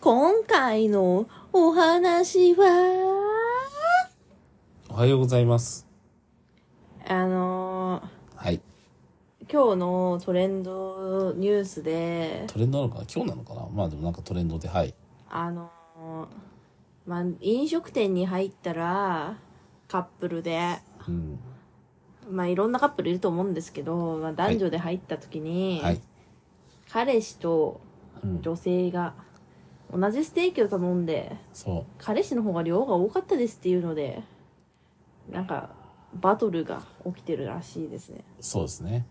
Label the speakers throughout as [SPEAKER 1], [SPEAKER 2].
[SPEAKER 1] 今回のお話は、
[SPEAKER 2] おはようございます。
[SPEAKER 1] あの
[SPEAKER 2] はい。
[SPEAKER 1] ー今日のトレンドニュースで、
[SPEAKER 2] トレンドなのかな今日なのかなまあでもなんかトレンドで、はい。
[SPEAKER 1] あのーまあ、飲食店に入ったら、カップルで、
[SPEAKER 2] うん。
[SPEAKER 1] まあ、いろんなカップルいると思うんですけど、まあ、男女で入った時に、
[SPEAKER 2] はい。
[SPEAKER 1] 彼氏と
[SPEAKER 2] うん。
[SPEAKER 1] 女性が同じステーキを頼んで、
[SPEAKER 2] そ
[SPEAKER 1] 彼氏の方が量が多かったですっていうので、なんか、バトルが起きてるらしいですね。
[SPEAKER 2] う。そうですね。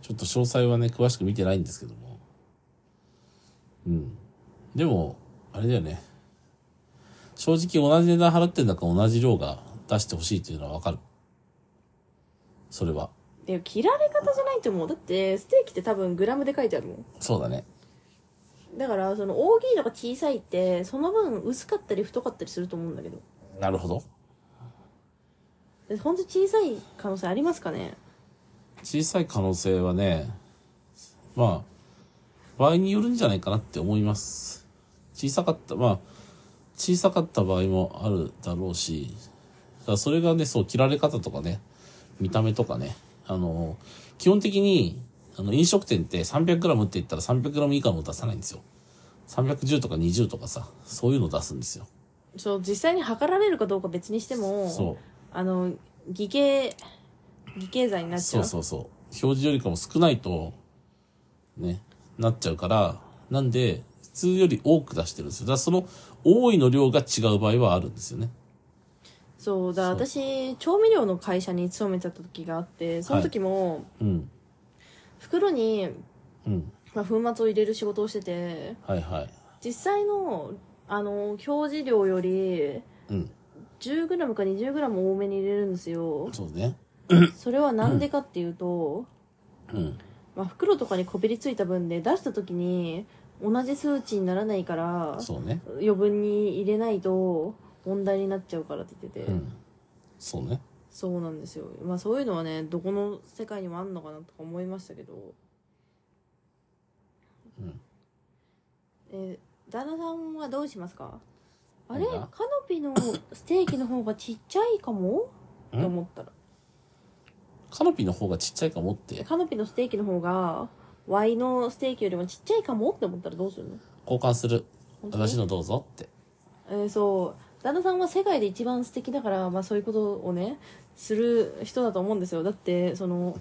[SPEAKER 2] ちょっと詳細はね、詳しく見てないんですけども。うん。でも、あれだよね。正直同じ値段払ってんだから同じ量が出してほしいっていうのはわかる。それは。
[SPEAKER 1] でも切られ方じゃないと思う。だって、ステーキって多分グラムで書いてあるもん。
[SPEAKER 2] そうだね。
[SPEAKER 1] だから、その大きいのが小さいって、その分薄かったり太かったりすると思うんだけど。
[SPEAKER 2] なるほど。
[SPEAKER 1] でほんと小さい可能性ありますかね
[SPEAKER 2] 小さい可能性はね、まあ、場合によるんじゃないかなって思います。小さかった、まあ、小さかった場合もあるだろうし、だからそれがね、そう、切られ方とかね、見た目とかね、あの、基本的に、あの、飲食店って 300g って言ったら 300g 以下のを出さないんですよ。310とか20とかさ、そういうの出すんですよ。
[SPEAKER 1] そう、実際に測られるかどうか別にしても、
[SPEAKER 2] そう。
[SPEAKER 1] あの、偽計、偽経済になっち
[SPEAKER 2] そ
[SPEAKER 1] ゃ
[SPEAKER 2] う
[SPEAKER 1] う。
[SPEAKER 2] そうそう。表示よりかも少ないと、ね、なっちゃうから、なんで、普通より多く出してるんですよ。だからその、多いの量が違う場合はあるんですよね。
[SPEAKER 1] そう、だから私、調味料の会社に勤めてた時があって、その時も、
[SPEAKER 2] うん。
[SPEAKER 1] 袋に、
[SPEAKER 2] うん。
[SPEAKER 1] まあ、粉末を入れる仕事をしてて、
[SPEAKER 2] はいはい。
[SPEAKER 1] 実際の、あの、表示量より、
[SPEAKER 2] うん。
[SPEAKER 1] 10g か 20g 多めに入れるんですよ。
[SPEAKER 2] そうね。
[SPEAKER 1] それはなんでかっていうと、
[SPEAKER 2] うん。
[SPEAKER 1] まあ、袋とかにこびりついた分で出した時に同じ数値にならないから、
[SPEAKER 2] そうね。
[SPEAKER 1] 余分に入れないと問題になっちゃうからって言ってて、
[SPEAKER 2] うん。そうね。
[SPEAKER 1] そうなんですよ。まあそういうのはね、どこの世界にもあんのかなとか思いましたけど。
[SPEAKER 2] うん
[SPEAKER 1] え、旦那さんはどうしますかあれカ
[SPEAKER 2] 何
[SPEAKER 1] ノ
[SPEAKER 2] が
[SPEAKER 1] ピのステーキの方がちっちゃいかも
[SPEAKER 2] ん
[SPEAKER 1] って思ったら。
[SPEAKER 2] カノピーの方がちっちゃいかもって、
[SPEAKER 1] カノピのステーキの方が、ワイのステーキよりもちっちゃいかもって思ったらどうするの
[SPEAKER 2] 交換する。
[SPEAKER 1] 本当に
[SPEAKER 2] 私のどうぞって。
[SPEAKER 1] えーそう。旦那さんは世界で一番素敵だから、まあそういうことをね、する人だと思うんですよ。だって、そ の、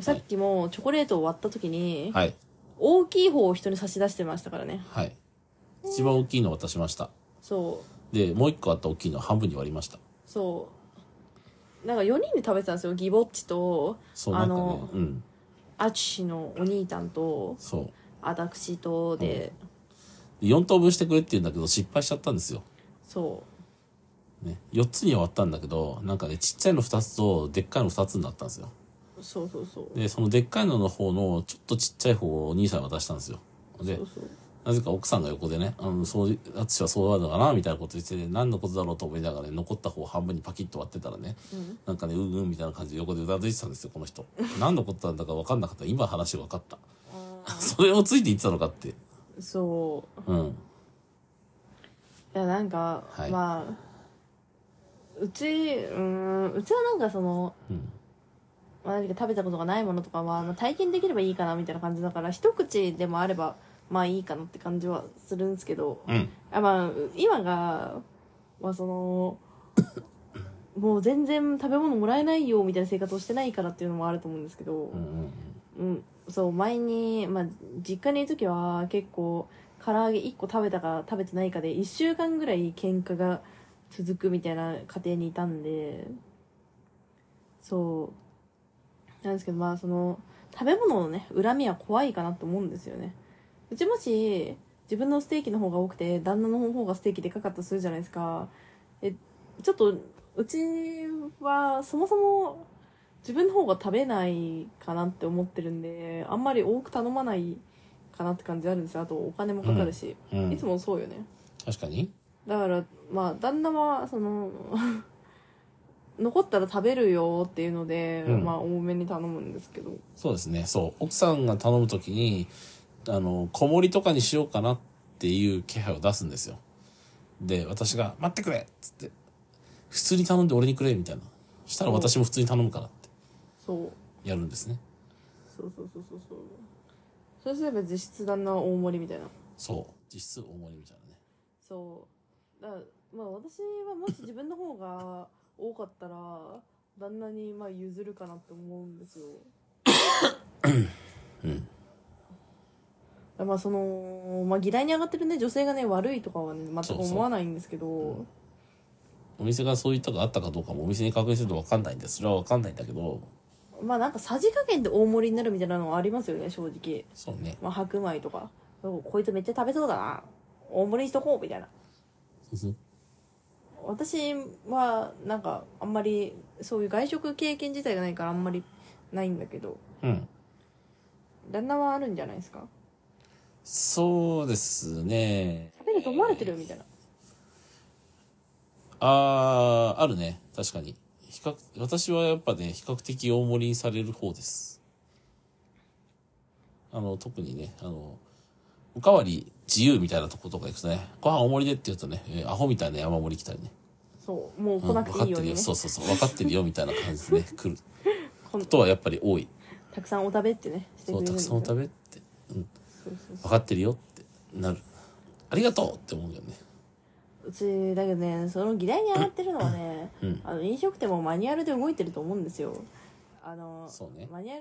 [SPEAKER 1] さっきもチョコレートを割った時に、
[SPEAKER 2] はい。
[SPEAKER 1] 大きい方を人に差し出してましたからね。
[SPEAKER 2] はい。一番大きいの渡しました。
[SPEAKER 1] そう。
[SPEAKER 2] で、もう一個あった大きいの半分に割りました。
[SPEAKER 1] そう。なんか4人で食べてたんですよ。ギボッチと、
[SPEAKER 2] そう、なんか
[SPEAKER 1] あ
[SPEAKER 2] ね
[SPEAKER 1] の。
[SPEAKER 2] うん。
[SPEAKER 1] アチシのお兄たんと、
[SPEAKER 2] そう。
[SPEAKER 1] 私とで、
[SPEAKER 2] で4等分してくれって言うんだけど、失敗しちゃったんですよ。
[SPEAKER 1] そ
[SPEAKER 2] ね、4つには割ったんだけどなんかねちっちゃいの2つとでっかいの2つになったんですよ
[SPEAKER 1] う。そうそうそう。
[SPEAKER 2] でそのでっかいのの方のちょっとちっちゃい方をお兄さんに渡したんですよで
[SPEAKER 1] そうそう。
[SPEAKER 2] なぜか奥さんが横でね「あのそう淳はそうなのかな」みたいなこと言ってて何のことだろうと思いながらね残った方を半分にパキッと割ってたらね、
[SPEAKER 1] うん
[SPEAKER 2] なんかねうんうんみたいな感じで横でうなずいてたんですよこの人何のことなんだか分かんなかった今話分かった それをついて言ってたのかって
[SPEAKER 1] そう。
[SPEAKER 2] うん
[SPEAKER 1] いやなんか、
[SPEAKER 2] はい
[SPEAKER 1] まあうちうーんうちはなんかその、
[SPEAKER 2] うん
[SPEAKER 1] まあ、何か食べたことがないものとかは、まあ、体験できればいいかなみたいな感じだから一口でもあればまあいいかなって感じはするんですけど
[SPEAKER 2] うん
[SPEAKER 1] あまあ今がまあそ のもう全然食べ物もらえないよみたいな生活をしてないからっていうのもあると思うんですけど
[SPEAKER 2] うんう、ん
[SPEAKER 1] うん、そう前に、まあ、実家にいる時は結構唐揚げ1個食べたか食べてないかで1週間ぐらい喧嘩が続くみたいな家庭にいたんでそうなんですけどまあその食べ物のね恨みは怖いかなと思うんですよねうちもし自分のステーキの方が多くて旦那の方がステーキでかかったとするじゃないですかえちょっとうちはそもそも自分の方が食べないかなって思ってるんであんまり多く頼まないかなって感じあるんですよあとお金もかかるし、
[SPEAKER 2] うんう
[SPEAKER 1] いつ
[SPEAKER 2] ん
[SPEAKER 1] もそうよね
[SPEAKER 2] 確かに
[SPEAKER 1] だからまあ旦那はその残ったら食べるよっていうので、
[SPEAKER 2] うん
[SPEAKER 1] まあ多めに頼むんですけど
[SPEAKER 2] そうですね。そう。奥さんが頼むときに、あの、小盛りとかにしようかなっっていう気配を出すんですよ。で、私が、待ってくれっつって、普通に頼んで俺にくれみたいな。したら私も普通に頼むからって
[SPEAKER 1] そう
[SPEAKER 2] やるんですね。
[SPEAKER 1] そうそうそうそうそうそうすれば実質旦那は大盛りみたいな
[SPEAKER 2] そう。実質大盛りみたいなね。
[SPEAKER 1] そうだからまあ私はもし自分の方が多かったら旦那にまあ譲るかなって思うんですようんまあその、まあ、議題に上がってるね女性がね悪いとかはね全く思わないんですけど
[SPEAKER 2] お店がそういったがあったかどうかもお店に確認すると分かんないんです。それは分かんないんだけど、
[SPEAKER 1] まあなんかさじ加減で大盛りになるみたいなのはありますよね正直
[SPEAKER 2] そうね。
[SPEAKER 1] まあ、白米とか、おこいつめっちゃ食べそうだな。大盛りにしとこう、みたいな。私は、なんか、あんまり、そういう外食経験自体がないからあんまりないんだけど、
[SPEAKER 2] うん。
[SPEAKER 1] 旦那はあるんじゃないですか
[SPEAKER 2] そうですね。
[SPEAKER 1] 食べると思われてるみたいな。
[SPEAKER 2] あー、あるね。確かに。比較、私はやっぱね、比較的大盛りにされる方です。あの、特にね、あの、おかわり自由みたいなとことか行くとね、ご飯大盛りでって言うとね、えーアホみたいな山盛り来たりね。
[SPEAKER 1] そう、もう
[SPEAKER 2] うん
[SPEAKER 1] 来なくていいようにね
[SPEAKER 2] 分かってるよ。。そうそうそう。分かってるよみたいな感じでね、来る。
[SPEAKER 1] こん
[SPEAKER 2] ことはやっぱり多い。
[SPEAKER 1] たくさんお食べってね、してくれ
[SPEAKER 2] そう、
[SPEAKER 1] る
[SPEAKER 2] たくさんお食
[SPEAKER 1] べ。
[SPEAKER 2] べって。うん。
[SPEAKER 1] そうそうそ
[SPEAKER 2] 分かってるよってなる。ありがとうって思うよね。
[SPEAKER 1] う。うち、だけどね、その議題に上がってるのはね、
[SPEAKER 2] うん。
[SPEAKER 1] あの飲食店もマニュアルで動いてると思うんですよ。あの、
[SPEAKER 2] そうね。
[SPEAKER 1] マニュア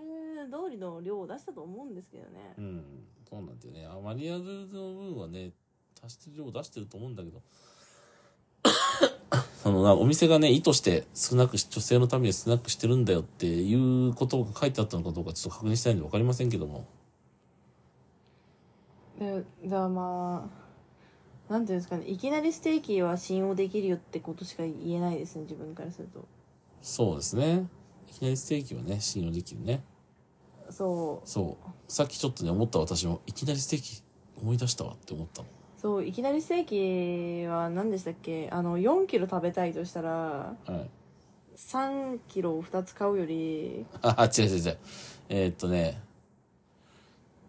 [SPEAKER 1] ル通りの量を出したと思うんですけどね。
[SPEAKER 2] うん、そうなんだよね。あマニュアルの分はね、足してる量出してると思うんだけど。そのな、お店がね、意図して少なくし、女性のために少なくしてるんだよっていうことが書いてあったのかどうかちょっと確認したいんで分かりませんけども。
[SPEAKER 1] でじゃあまあなんていうんですかねいきなりステーキは信用できるよってことしか言えないですね自分からすると
[SPEAKER 2] そうですね。いきなりステーキはね、信用できるね。
[SPEAKER 1] そう
[SPEAKER 2] そう。さっきちょっとね、思った私も、いきなりステーキ思い出したわって思ったの。
[SPEAKER 1] そういきなりステーキは何でしたっけあの4キロ食べたいとしたら
[SPEAKER 2] はい。
[SPEAKER 1] 3キロを2つ買うより
[SPEAKER 2] あ、違う違う違う。えーっとね、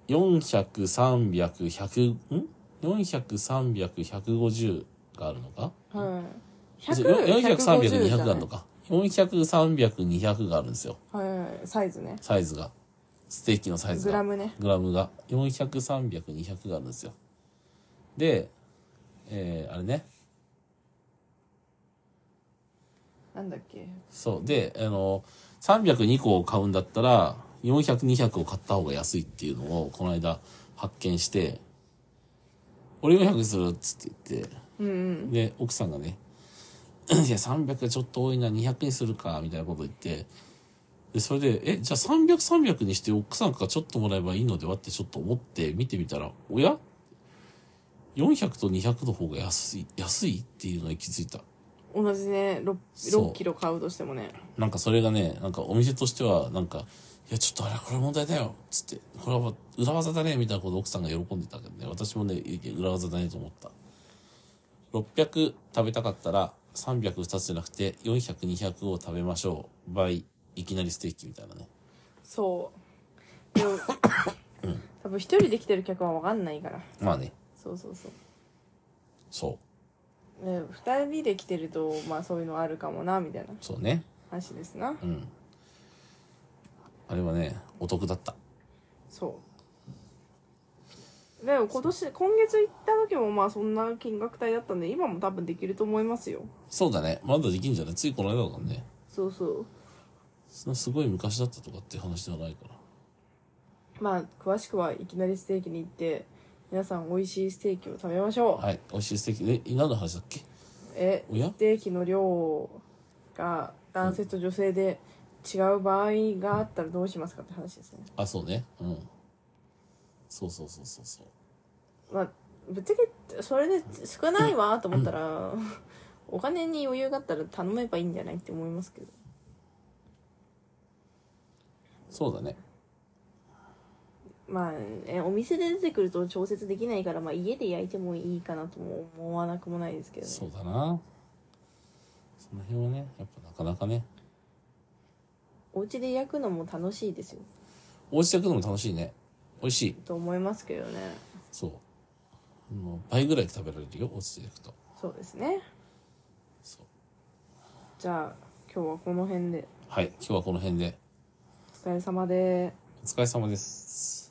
[SPEAKER 2] 400、300、100、ん ?400、300、150があるのか
[SPEAKER 1] はい
[SPEAKER 2] 400、300、
[SPEAKER 1] 150じゃな
[SPEAKER 2] 200
[SPEAKER 1] い
[SPEAKER 2] があるのか。400、300、200があるんですよ。
[SPEAKER 1] はいサイズね
[SPEAKER 2] サイズが。ステーキのサイズ
[SPEAKER 1] グラ
[SPEAKER 2] が。
[SPEAKER 1] ムね
[SPEAKER 2] グラムが。400、300、200があるんですよ。で、えー、あれね。
[SPEAKER 1] なんだっけ
[SPEAKER 2] そう。で、あの、302個を買うんだったら、400、200を買った方が安いっていうのを、この間発見して、俺400するっつって言って、
[SPEAKER 1] うんうん
[SPEAKER 2] で、奥さんがね、いや、300がちょっと多いな、200にするか、みたいなこと言って、で、それで、え、じゃあ300、300にして奥さんからちょっともらえばいいのではってちょっと思って見てみたら、おや ?400 と200の方が安い、安いっていうのに気づいた。
[SPEAKER 1] 同じね 6,
[SPEAKER 2] そう
[SPEAKER 1] 6キロ買うとしてもね
[SPEAKER 2] なんかそれがね、なんかお店としては、なんか、いや、ちょっとあれ、これ問題だよ、つって、これは裏技だね、みたいなこと奥さんが喜んでたけどね、私もね、いや裏技だねと思った。600食べたかったら、302つじゃなくて、400、200を食べましょう。倍、いきなりステーキみたいなね。
[SPEAKER 1] そうでも多分一人で来てる客は分かんないから
[SPEAKER 2] まあね、
[SPEAKER 1] そうそうそう
[SPEAKER 2] そ
[SPEAKER 1] ね、2人で来てるとまあそういうのあるかもなみたいな
[SPEAKER 2] う、そうね。
[SPEAKER 1] 話ですな
[SPEAKER 2] うん。あれはね、お得だった。
[SPEAKER 1] そうでも今年今月行った時もまあそんな金額帯だったんで今も多分できると思いますよ
[SPEAKER 2] そうだね、まだできんじゃないついこの間だからね。
[SPEAKER 1] そうそう
[SPEAKER 2] そんなすごい昔だったとかって話ではないから。
[SPEAKER 1] まあ詳しくはいきなりステーキに行って皆さん美味しいステーキを食べましょう、
[SPEAKER 2] はい、美味しいステーキ。え、何の話だっけ
[SPEAKER 1] え
[SPEAKER 2] おや
[SPEAKER 1] ステーキの量が男性と女性で違う場合があったらどうしますかって話ですね
[SPEAKER 2] あ、そうね。うん。そうそうそうそうそう。
[SPEAKER 1] まあぶっちゃけそれで少ないわと思ったら、 お金に余裕があったら頼めばいいんじゃないって思いますけど
[SPEAKER 2] そうだね。
[SPEAKER 1] まあえお店で出てくると調節できないから、まあ、家で焼いてもいいかなとも思わなくもないですけどね
[SPEAKER 2] そうだな。その辺はね、やっぱなかなかね。
[SPEAKER 1] お家で焼くのも楽しいですよ
[SPEAKER 2] お家で焼くのも楽しいね。美味しい。
[SPEAKER 1] と思いますけどね
[SPEAKER 2] そう。もう倍ぐらいで食べられるよ落ちていくと
[SPEAKER 1] そうですね
[SPEAKER 2] そう
[SPEAKER 1] じゃあ今日はこの辺で
[SPEAKER 2] はい今日はこの辺で
[SPEAKER 1] お疲れ様で
[SPEAKER 2] お疲れ様です